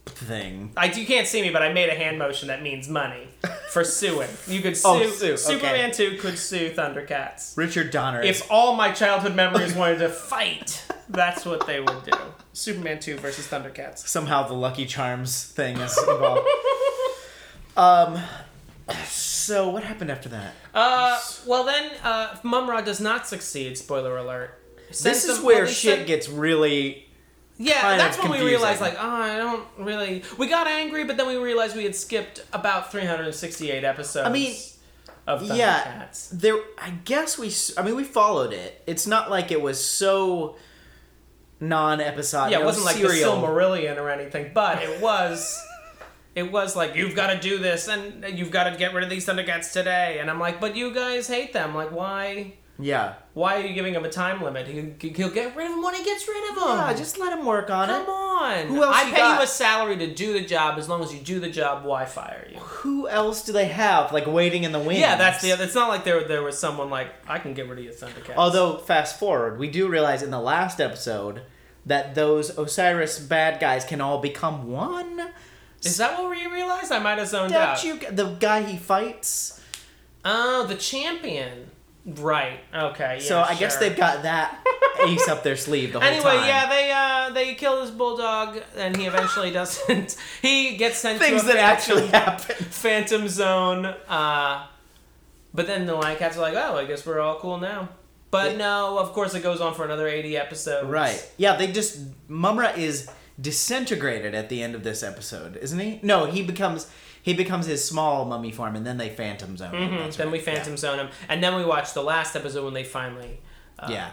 [SPEAKER 1] thing.
[SPEAKER 2] I you can't see me, but I made a hand motion that means money for suing. You could sue,
[SPEAKER 1] Oh, sue, okay.
[SPEAKER 2] Superman two could sue Thundercats.
[SPEAKER 1] Richard Donner. is-
[SPEAKER 2] If all my childhood memories wanted to fight, that's what they would do. Superman two versus Thundercats.
[SPEAKER 1] somehow the Lucky Charms thing is involved. um, so what happened after that?
[SPEAKER 2] Uh, well then, uh, Mumra does not succeed. Spoiler alert.
[SPEAKER 1] This
[SPEAKER 2] Sends
[SPEAKER 1] is
[SPEAKER 2] them-
[SPEAKER 1] where
[SPEAKER 2] well, they
[SPEAKER 1] shit
[SPEAKER 2] send-
[SPEAKER 1] gets really.
[SPEAKER 2] Yeah,
[SPEAKER 1] kind of
[SPEAKER 2] that's when we
[SPEAKER 1] confusing.
[SPEAKER 2] realized, like, oh, I don't really. We got angry, but then we realized we had skipped about 368 episodes.
[SPEAKER 1] I mean,
[SPEAKER 2] of Thundercats.
[SPEAKER 1] yeah. There, I guess we. s- I mean, we followed it. It's not like it was so non-episodic.
[SPEAKER 2] Yeah, it
[SPEAKER 1] no
[SPEAKER 2] wasn't like the
[SPEAKER 1] serial.
[SPEAKER 2] Silmarillion or anything, but it was. It was like you've got to do this, and you've got to get rid of these Thundercats today. And I'm like, but you guys hate them. Like, why?
[SPEAKER 1] Yeah.
[SPEAKER 2] Why are you giving him a time limit? He, he'll get rid of them when he gets rid of them.
[SPEAKER 1] Yeah, just let him work on
[SPEAKER 2] come
[SPEAKER 1] it.
[SPEAKER 2] on.
[SPEAKER 1] Who else
[SPEAKER 2] I
[SPEAKER 1] you
[SPEAKER 2] pay
[SPEAKER 1] got?
[SPEAKER 2] you a salary to do the job. As long as you do the job, why fire you?
[SPEAKER 1] Who else do they have like waiting in the wings?
[SPEAKER 2] Yeah, that's the. other. It's not like there there was someone like I can get rid of your Thundercats.
[SPEAKER 1] Although fast forward, we do realize in the last episode that those Osiris bad guys can all become one.
[SPEAKER 2] is that what we realized? I might have zoned out.
[SPEAKER 1] Don't you? The guy he fights.
[SPEAKER 2] Oh, the champion. Right. Okay. Yeah,
[SPEAKER 1] so I guess
[SPEAKER 2] sure.
[SPEAKER 1] they've got that ace up their sleeve the whole
[SPEAKER 2] Anyway,
[SPEAKER 1] time.
[SPEAKER 2] yeah, they uh they kill this bulldog, and he eventually doesn't. He gets sent
[SPEAKER 1] Things
[SPEAKER 2] to a
[SPEAKER 1] that actually
[SPEAKER 2] phantom,
[SPEAKER 1] happen.
[SPEAKER 2] phantom zone. Uh, but then the lion cats are like, oh, I guess we're all cool now. But
[SPEAKER 1] Yeah.
[SPEAKER 2] no, of course it goes on for another eighty episodes.
[SPEAKER 1] Right. Yeah, they just Mumra is disintegrated at the end of this episode, isn't he? No, he becomes he becomes his small mummy form, and then they phantom zone. him.
[SPEAKER 2] Mhm,
[SPEAKER 1] That's
[SPEAKER 2] Then
[SPEAKER 1] right.
[SPEAKER 2] we phantom zone him, and then we watch the last episode when they finally. Uh,
[SPEAKER 1] Yeah. yeah,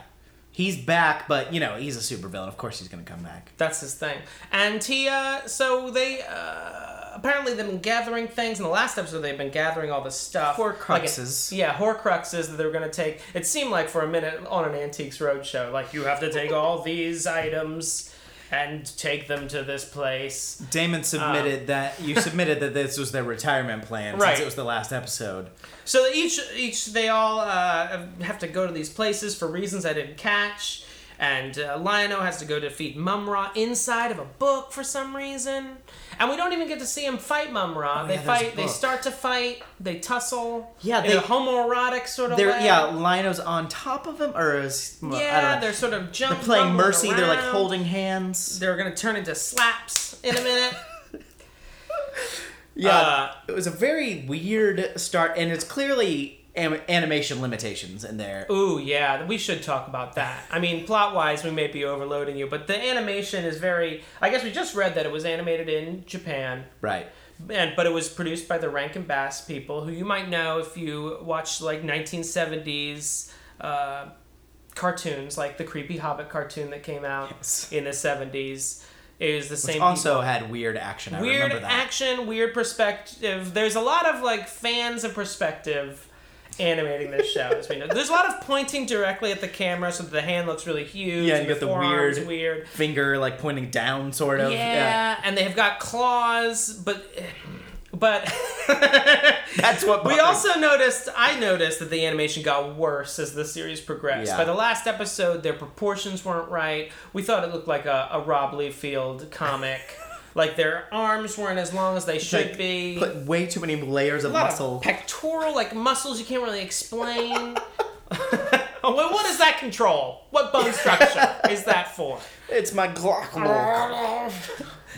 [SPEAKER 1] he's back, but you know he's a supervillain. Of course, he's gonna come back.
[SPEAKER 2] That's his thing. And he, uh, so they, uh, apparently they've been gathering things. In the last episode, they've been gathering all this stuff.
[SPEAKER 1] Horcruxes.
[SPEAKER 2] Like, yeah, Horcruxes that they were going to take. It seemed like for a minute on an Antiques Roadshow, like, you have to take all these items and take them to this place.
[SPEAKER 1] Damon submitted that you submitted that this was their retirement plan
[SPEAKER 2] Right.
[SPEAKER 1] since it was the last episode.
[SPEAKER 2] So that each each they all uh, have to go to these places for reasons I didn't catch, and uh, Lionel has to go defeat Mumra inside of a book for some reason, and we don't even get to see him fight Mumra. they
[SPEAKER 1] Oh, yeah, there's a
[SPEAKER 2] fight. They
[SPEAKER 1] book.
[SPEAKER 2] start to fight. They tussle.
[SPEAKER 1] Yeah,
[SPEAKER 2] in
[SPEAKER 1] they-
[SPEAKER 2] a homoerotic sort of
[SPEAKER 1] They're
[SPEAKER 2] way.
[SPEAKER 1] yeah, Lino's on top of him, or is well, I don't
[SPEAKER 2] yeah.
[SPEAKER 1] know.
[SPEAKER 2] They're sort of jumping.
[SPEAKER 1] playing Mercy. They're like holding hands.
[SPEAKER 2] They're gonna turn into slaps in a minute.
[SPEAKER 1] Yeah,
[SPEAKER 2] Uh,
[SPEAKER 1] it was a very weird start, and it's clearly am- animation limitations in there.
[SPEAKER 2] Ooh, yeah, we should talk about that. I mean, plot wise, we may be overloading you, but the animation is very. I guess we just read that it was animated in Japan,
[SPEAKER 1] Right.
[SPEAKER 2] and but it was produced by the Rankin Bass people, who you might know if you watch like 1970s uh, cartoons, like the creepy Hobbit cartoon that came out
[SPEAKER 1] Yes.
[SPEAKER 2] in the 70s. It was the same. people
[SPEAKER 1] Also had weird action. I
[SPEAKER 2] weird
[SPEAKER 1] remember that.
[SPEAKER 2] action, weird perspective. There's a lot of like fans of perspective animating this show. as we know, there's a lot of pointing directly at the camera, so that the hand looks really huge.
[SPEAKER 1] Yeah,
[SPEAKER 2] and
[SPEAKER 1] you got the
[SPEAKER 2] forearm's
[SPEAKER 1] weird-
[SPEAKER 2] weird.
[SPEAKER 1] Finger like pointing down, sort
[SPEAKER 2] Yeah,
[SPEAKER 1] of.
[SPEAKER 2] and they have got claws, but but.
[SPEAKER 1] That's what.
[SPEAKER 2] We
[SPEAKER 1] bothered-
[SPEAKER 2] also noticed, I noticed that the animation got worse as the series progressed.
[SPEAKER 1] Yeah.
[SPEAKER 2] By the last episode, their proportions weren't right. We thought it looked like a, a Rob Liefeld comic. like their arms weren't as long as they should
[SPEAKER 1] like,
[SPEAKER 2] be.
[SPEAKER 1] put way too many layers of
[SPEAKER 2] A lot of
[SPEAKER 1] muscle.
[SPEAKER 2] pectoral like muscles you can't really explain. Oh, well, what does that control? What bone structure is that for?
[SPEAKER 1] it's my glock.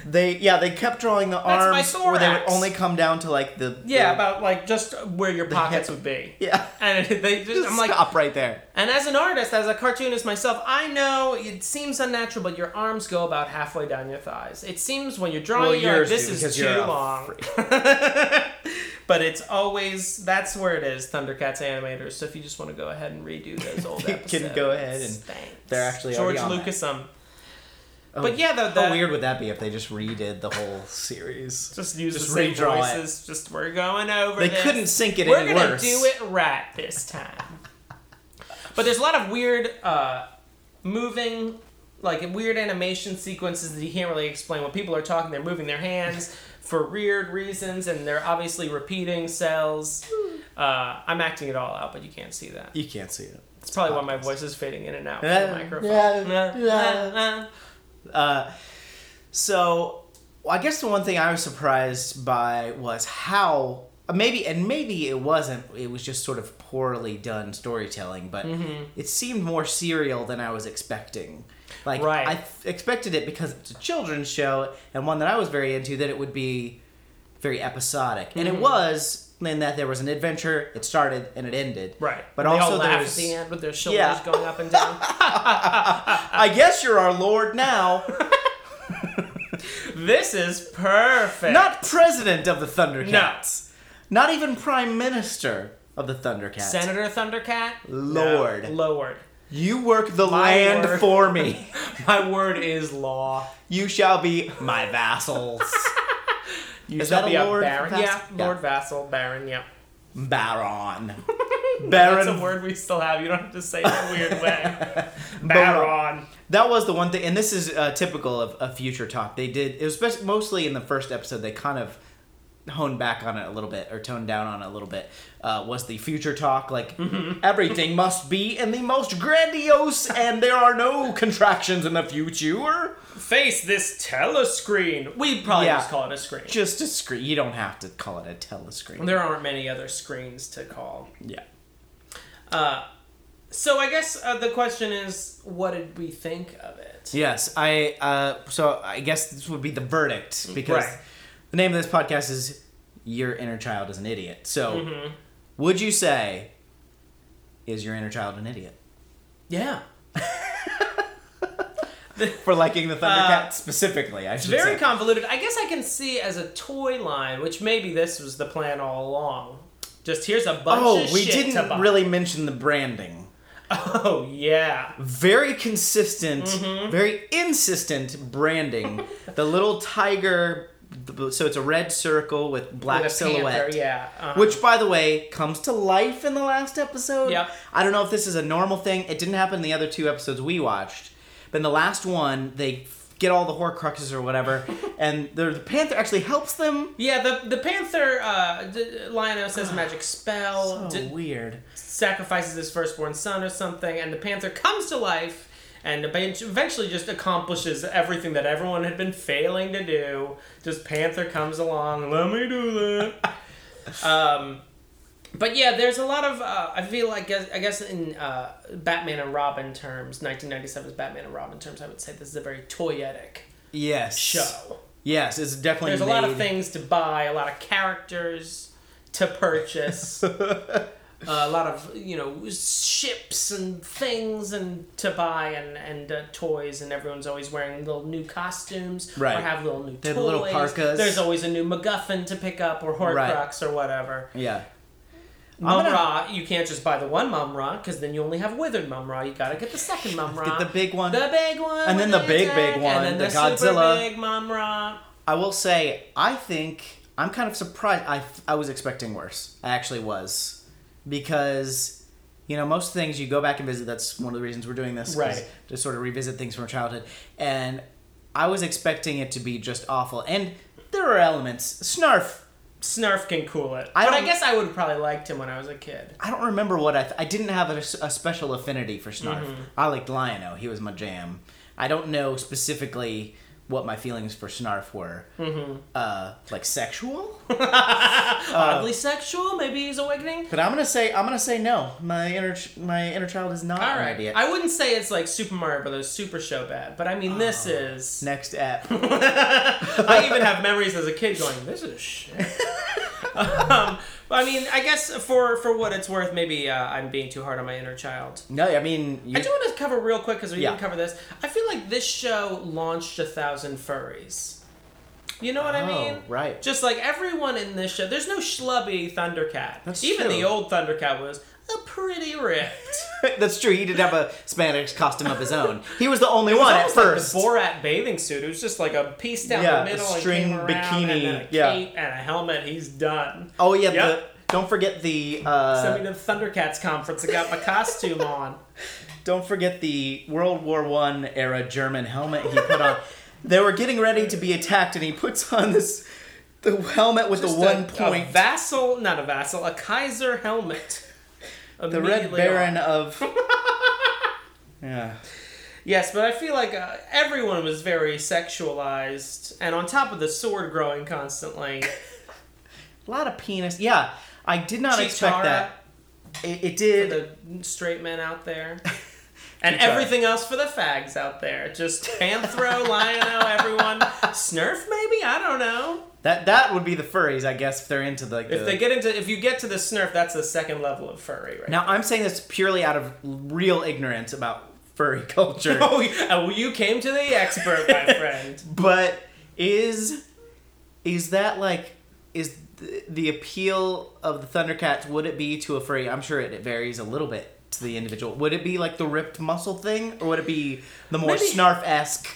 [SPEAKER 1] they yeah they kept drawing the
[SPEAKER 2] my
[SPEAKER 1] arms, or they would
[SPEAKER 2] thorax.
[SPEAKER 1] only come down to like the
[SPEAKER 2] Yeah,
[SPEAKER 1] the-
[SPEAKER 2] about like just where your pockets would be.
[SPEAKER 1] yeah.
[SPEAKER 2] And they just,
[SPEAKER 1] Just
[SPEAKER 2] I'm like,
[SPEAKER 1] stop right there.
[SPEAKER 2] And as an artist, as a cartoonist myself, I know it seems unnatural, but your arms go about halfway down your thighs. It seems when you're drawing,
[SPEAKER 1] Well,
[SPEAKER 2] you're
[SPEAKER 1] yours
[SPEAKER 2] like, this
[SPEAKER 1] do,
[SPEAKER 2] is
[SPEAKER 1] because
[SPEAKER 2] too
[SPEAKER 1] you're a
[SPEAKER 2] long. but it's always that's where it is. Thundercats animators. So if you just want to go ahead and redo those old
[SPEAKER 1] You
[SPEAKER 2] episodes,
[SPEAKER 1] can go ahead and
[SPEAKER 2] thanks.
[SPEAKER 1] they're actually
[SPEAKER 2] George
[SPEAKER 1] already on that.
[SPEAKER 2] Lucas. Um,
[SPEAKER 1] Oh,
[SPEAKER 2] but yeah, the, the
[SPEAKER 1] how weird would that be if they just redid the whole series?
[SPEAKER 2] Just use
[SPEAKER 1] Just
[SPEAKER 2] the same
[SPEAKER 1] redraw it.
[SPEAKER 2] voices. Just we're going over.
[SPEAKER 1] They
[SPEAKER 2] this.
[SPEAKER 1] couldn't sync it
[SPEAKER 2] We're
[SPEAKER 1] any
[SPEAKER 2] gonna
[SPEAKER 1] worse.
[SPEAKER 2] do it right this time. but there's a lot of weird uh, moving, like weird animation sequences that you can't really explain. When people are talking, they're moving their hands for weird reasons, and they're obviously repeating cells.
[SPEAKER 1] Hmm.
[SPEAKER 2] Uh, I'm acting it all out, but you can't see that.
[SPEAKER 1] You can't see it.
[SPEAKER 2] It's probably why my voice is fading in and out from
[SPEAKER 1] Yeah,
[SPEAKER 2] the microphone.
[SPEAKER 1] yeah,
[SPEAKER 2] Uh,
[SPEAKER 1] yeah.
[SPEAKER 2] uh, uh.
[SPEAKER 1] Uh, so well, I guess the one thing I was surprised by was how maybe and maybe it wasn't it was just sort of poorly done storytelling but
[SPEAKER 2] Mm-hmm.
[SPEAKER 1] it seemed more serial than i was expecting like
[SPEAKER 2] Right.
[SPEAKER 1] i th- expected it because it's a children's show and one that i was very into that it would be very episodic and
[SPEAKER 2] Mm-hmm.
[SPEAKER 1] it was in that there was an adventure it started and it ended
[SPEAKER 2] Right,
[SPEAKER 1] but
[SPEAKER 2] They
[SPEAKER 1] also
[SPEAKER 2] all
[SPEAKER 1] there
[SPEAKER 2] laugh
[SPEAKER 1] was
[SPEAKER 2] at the end with their shoulders
[SPEAKER 1] Yeah.
[SPEAKER 2] going up and down.
[SPEAKER 1] i guess you're our lord now
[SPEAKER 2] This is perfect.
[SPEAKER 1] Not president of the Thundercats.
[SPEAKER 2] No.
[SPEAKER 1] Not even prime minister of the Thundercats.
[SPEAKER 2] Senator Thundercat.
[SPEAKER 1] Lord.
[SPEAKER 2] No, Lord.
[SPEAKER 1] You work the
[SPEAKER 2] My
[SPEAKER 1] land
[SPEAKER 2] word.
[SPEAKER 1] for me.
[SPEAKER 2] My word is law.
[SPEAKER 1] You shall be my vassals.
[SPEAKER 2] You
[SPEAKER 1] Is
[SPEAKER 2] shall
[SPEAKER 1] that a
[SPEAKER 2] be
[SPEAKER 1] lord
[SPEAKER 2] baron.
[SPEAKER 1] vassal?
[SPEAKER 2] Yeah,
[SPEAKER 1] Yeah.
[SPEAKER 2] lord vassal, baron. Yeah,
[SPEAKER 1] Baron.
[SPEAKER 2] that's a
[SPEAKER 1] Baron.
[SPEAKER 2] word we still have. You don't have to say it in a weird way. Baron.
[SPEAKER 1] That was the one thing, and this is uh, typical of, of future talk. They did it was best, mostly in the first episode. They kind of honed back on it a little bit, or toned down on it a little bit. Uh, was the future talk like
[SPEAKER 2] Mm-hmm.
[SPEAKER 1] everything must be in the most grandiose, and there are no contractions in the future?
[SPEAKER 2] Face this telescreen. We probably
[SPEAKER 1] Yeah.
[SPEAKER 2] just call it a screen.
[SPEAKER 1] Just a screen. You don't have to call it a telescreen.
[SPEAKER 2] There aren't many other screens to call.
[SPEAKER 1] yeah.
[SPEAKER 2] So I guess uh, the question is, what did we think of it?
[SPEAKER 1] Yes, I. Uh, so I guess this would be the verdict because
[SPEAKER 2] Mm, Right.
[SPEAKER 1] the name of this podcast is "Your Inner Child is an Idiot." So,
[SPEAKER 2] Mm-hmm.
[SPEAKER 1] would you say is your inner child an idiot
[SPEAKER 2] Yeah.
[SPEAKER 1] for liking the Thundercat specifically? I should
[SPEAKER 2] Uh, Very
[SPEAKER 1] say.
[SPEAKER 2] convoluted. I guess I can see as a toy line, which maybe this was the plan all along. Just here's a bunch
[SPEAKER 1] oh,
[SPEAKER 2] of
[SPEAKER 1] we
[SPEAKER 2] shit to
[SPEAKER 1] didn't
[SPEAKER 2] buy.
[SPEAKER 1] really mention the branding.
[SPEAKER 2] Oh yeah.
[SPEAKER 1] Very consistent,
[SPEAKER 2] Mm-hmm.
[SPEAKER 1] very insistent branding. the little tiger. So it's a red circle with black
[SPEAKER 2] With a panther,
[SPEAKER 1] silhouette.
[SPEAKER 2] yeah. uh-huh.
[SPEAKER 1] Which, by the way, comes to life in the last episode.
[SPEAKER 2] Yep.
[SPEAKER 1] I don't know if this is a normal thing. It didn't happen in the other two episodes we watched. But in the last one, they get all the Horcruxes or whatever, and the, the Panther actually helps them.
[SPEAKER 2] Yeah, the the panther uh, d- Lionel says a magic spell,
[SPEAKER 1] So
[SPEAKER 2] d-
[SPEAKER 1] weird.
[SPEAKER 2] sacrifices his firstborn son or something, and the panther comes to life and ev- eventually just accomplishes everything that everyone had been failing to do. Just panther comes along, let me do that. um, but yeah, there's a lot of uh, I feel like I I guess in uh, Batman and Robin terms, 1997's Batman and Robin terms, I would say this is a very toyetic
[SPEAKER 1] Yes.
[SPEAKER 2] show.
[SPEAKER 1] Yes, it's definitely.
[SPEAKER 2] There's a lot of
[SPEAKER 1] made-
[SPEAKER 2] things to buy, a lot of characters to purchase, uh, a lot of you know ships and things and to buy and and uh, toys, and everyone's always wearing little new costumes
[SPEAKER 1] Right.
[SPEAKER 2] or have little new
[SPEAKER 1] They have
[SPEAKER 2] toys.
[SPEAKER 1] little parkas.
[SPEAKER 2] There's always a new MacGuffin to pick up or Horcrux or whatever.
[SPEAKER 1] Yeah.
[SPEAKER 2] Mum
[SPEAKER 1] gonna-
[SPEAKER 2] Ra, you can't just buy the one Mum Ra because then you only have withered Mum Ra. You gotta get the second Mum Ra.
[SPEAKER 1] Get the big one.
[SPEAKER 2] The big one,
[SPEAKER 1] And then
[SPEAKER 2] with
[SPEAKER 1] the big,
[SPEAKER 2] attack,
[SPEAKER 1] big one,
[SPEAKER 2] and then
[SPEAKER 1] the
[SPEAKER 2] the,
[SPEAKER 1] Godzilla.
[SPEAKER 2] Super big Mum Ra.
[SPEAKER 1] I will say, I think I'm kind of surprised. I I was expecting worse. I actually was, because you know most things you go back and visit. That's one of the reasons we're doing this, 'cause-
[SPEAKER 2] Right.
[SPEAKER 1] To sort of revisit things from childhood, and I was expecting it to be just awful. And there are elements. Snarf.
[SPEAKER 2] Snarf can cool it.
[SPEAKER 1] I
[SPEAKER 2] but I
[SPEAKER 1] don't-
[SPEAKER 2] guess I would have probably liked him when I was a kid.
[SPEAKER 1] I don't remember what I. Th- I didn't have a, s- a special affinity for Snarf. I liked Lion-O. He was my jam. I don't know specifically what my feelings for Snarf were. Mm-hmm. Uh, like sexual. Uh,
[SPEAKER 2] Oddly sexual, maybe he's awakening.
[SPEAKER 1] But I'm gonna say I'm gonna say no. My inner ch- my inner child is not
[SPEAKER 2] All
[SPEAKER 1] an
[SPEAKER 2] right.
[SPEAKER 1] idiot.
[SPEAKER 2] I wouldn't say it's like Super Mario Brothers Super Show bad, but I mean this
[SPEAKER 1] Oh.
[SPEAKER 2] is.
[SPEAKER 1] Next app.
[SPEAKER 2] I even have memories as a kid going, "This is shit." um, but I mean, I guess for for what it's worth, maybe uh, I'm being too hard on my inner child.
[SPEAKER 1] no, I mean you,
[SPEAKER 2] I do want to cover real quick because we
[SPEAKER 1] Yeah.
[SPEAKER 2] didn't cover this. I feel like this show launched a thousand furries. You know what I
[SPEAKER 1] Oh,
[SPEAKER 2] mean?
[SPEAKER 1] right.
[SPEAKER 2] Just like everyone in this show, there's no schlubby Thundercat.
[SPEAKER 1] That's
[SPEAKER 2] Even
[SPEAKER 1] true.
[SPEAKER 2] the old Thundercat was a pretty ripped.
[SPEAKER 1] that's true. He did have a Spanish costume of his own. He was the only one at
[SPEAKER 2] Almost like the
[SPEAKER 1] first.
[SPEAKER 2] Borat bathing suit. It was just like a piece down
[SPEAKER 1] Yeah,
[SPEAKER 2] the middle,
[SPEAKER 1] a
[SPEAKER 2] and
[SPEAKER 1] string
[SPEAKER 2] came around,
[SPEAKER 1] bikini,
[SPEAKER 2] and then a
[SPEAKER 1] yeah.
[SPEAKER 2] cape and a helmet. He's done.
[SPEAKER 1] oh yeah, the,
[SPEAKER 2] Yep.
[SPEAKER 1] don't forget the
[SPEAKER 2] Sent
[SPEAKER 1] uh,
[SPEAKER 2] me to the Thundercats conference and got my costume on.
[SPEAKER 1] don't forget the World War One era German helmet he put on. they were getting ready to be attacked, and he puts on this the helmet with
[SPEAKER 2] Just
[SPEAKER 1] the one
[SPEAKER 2] a,
[SPEAKER 1] point.
[SPEAKER 2] A vassal, not a vassal, a Kaiser helmet.
[SPEAKER 1] the Red
[SPEAKER 2] Immediately
[SPEAKER 1] Baron
[SPEAKER 2] on.
[SPEAKER 1] of. yeah.
[SPEAKER 2] Yes, but I feel like uh, everyone was very sexualized, and on top of the sword growing constantly.
[SPEAKER 1] A lot of penis. Yeah, I did not expect
[SPEAKER 2] Chitara,
[SPEAKER 1] that. It, it did.
[SPEAKER 2] the straight men out there. And
[SPEAKER 1] Chitara.
[SPEAKER 2] everything else for the fags out there. Just Panthro, Lionel, everyone. Snurf, maybe? I don't know.
[SPEAKER 1] That that would be the furries, I guess, if they're into the.
[SPEAKER 2] If they get into, if you get to the Snurf, that's the second level of furry, right?
[SPEAKER 1] now, I'm saying this purely out of real ignorance about furry culture,
[SPEAKER 2] Oh, you- oh, you came to the expert, my friend.
[SPEAKER 1] but is is that like is the, the appeal of the Thundercats? Would it be to a furry? I'm sure it, it varies a little bit to the individual. Would it be like the ripped muscle thing, or would it be the more
[SPEAKER 2] Maybe-
[SPEAKER 1] snarf esque?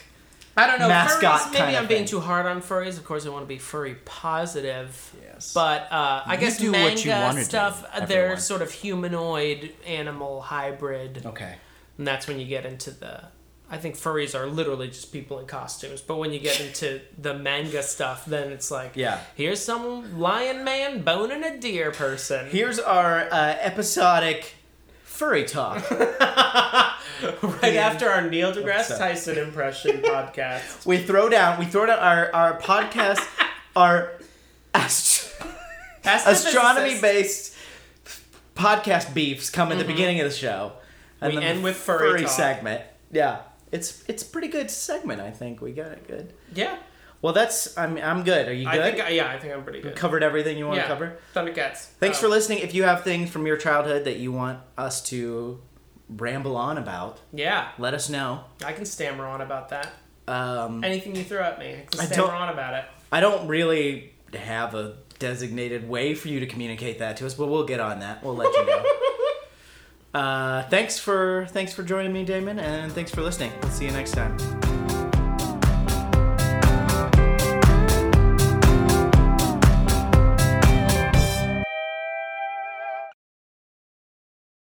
[SPEAKER 2] I don't know.
[SPEAKER 1] Mascot
[SPEAKER 2] furries, maybe
[SPEAKER 1] kind
[SPEAKER 2] I'm
[SPEAKER 1] of
[SPEAKER 2] being
[SPEAKER 1] thing.
[SPEAKER 2] too hard on furries. Of course, I want to be furry positive.
[SPEAKER 1] Yes.
[SPEAKER 2] But uh, I
[SPEAKER 3] You
[SPEAKER 2] guess
[SPEAKER 3] do
[SPEAKER 2] manga
[SPEAKER 3] what you wanna do,
[SPEAKER 2] stuff, uh, they're
[SPEAKER 3] everyone.
[SPEAKER 2] sort of humanoid animal hybrid,
[SPEAKER 1] Okay.
[SPEAKER 2] and that's when you get into the. I think furries are literally just people in costumes, but when you get into the manga stuff, then it's like,
[SPEAKER 1] Yeah.
[SPEAKER 2] here's some lion man boning a deer person.
[SPEAKER 1] Here's our uh, episodic furry talk.
[SPEAKER 2] right after our Neil deGrasse
[SPEAKER 1] Upset.
[SPEAKER 2] Tyson impression podcast.
[SPEAKER 1] we throw down. We throw down our our podcast. our ast- astronomy
[SPEAKER 2] based.
[SPEAKER 1] based podcast beefs come at the beginning of the show.
[SPEAKER 2] Mm-hmm. We
[SPEAKER 1] then
[SPEAKER 2] end
[SPEAKER 1] the
[SPEAKER 2] with furry talk.
[SPEAKER 1] segment. Yeah, it's it's a pretty good segment. I think we got it good.
[SPEAKER 2] Yeah,
[SPEAKER 1] Well, that's I'm I'm good. Are you good?
[SPEAKER 2] I think I, yeah, I think I'm pretty good.
[SPEAKER 1] covered everything you want
[SPEAKER 2] yeah.
[SPEAKER 1] to cover.
[SPEAKER 2] Thundercats.
[SPEAKER 1] Thanks
[SPEAKER 2] Oh.
[SPEAKER 1] for listening. If you have things from your childhood that you want us to ramble on about,
[SPEAKER 2] Yeah,
[SPEAKER 1] let us know.
[SPEAKER 2] I can stammer on about that.
[SPEAKER 1] Um,
[SPEAKER 2] Anything you throw at me, I can
[SPEAKER 1] I
[SPEAKER 2] stammer
[SPEAKER 1] don't-
[SPEAKER 2] on about it.
[SPEAKER 1] I don't really have a designated way for you to communicate that to us, but we'll get on that. We'll let you know. uh, thanks for thanks for joining me, Damon, and thanks for listening. We'll see you next time.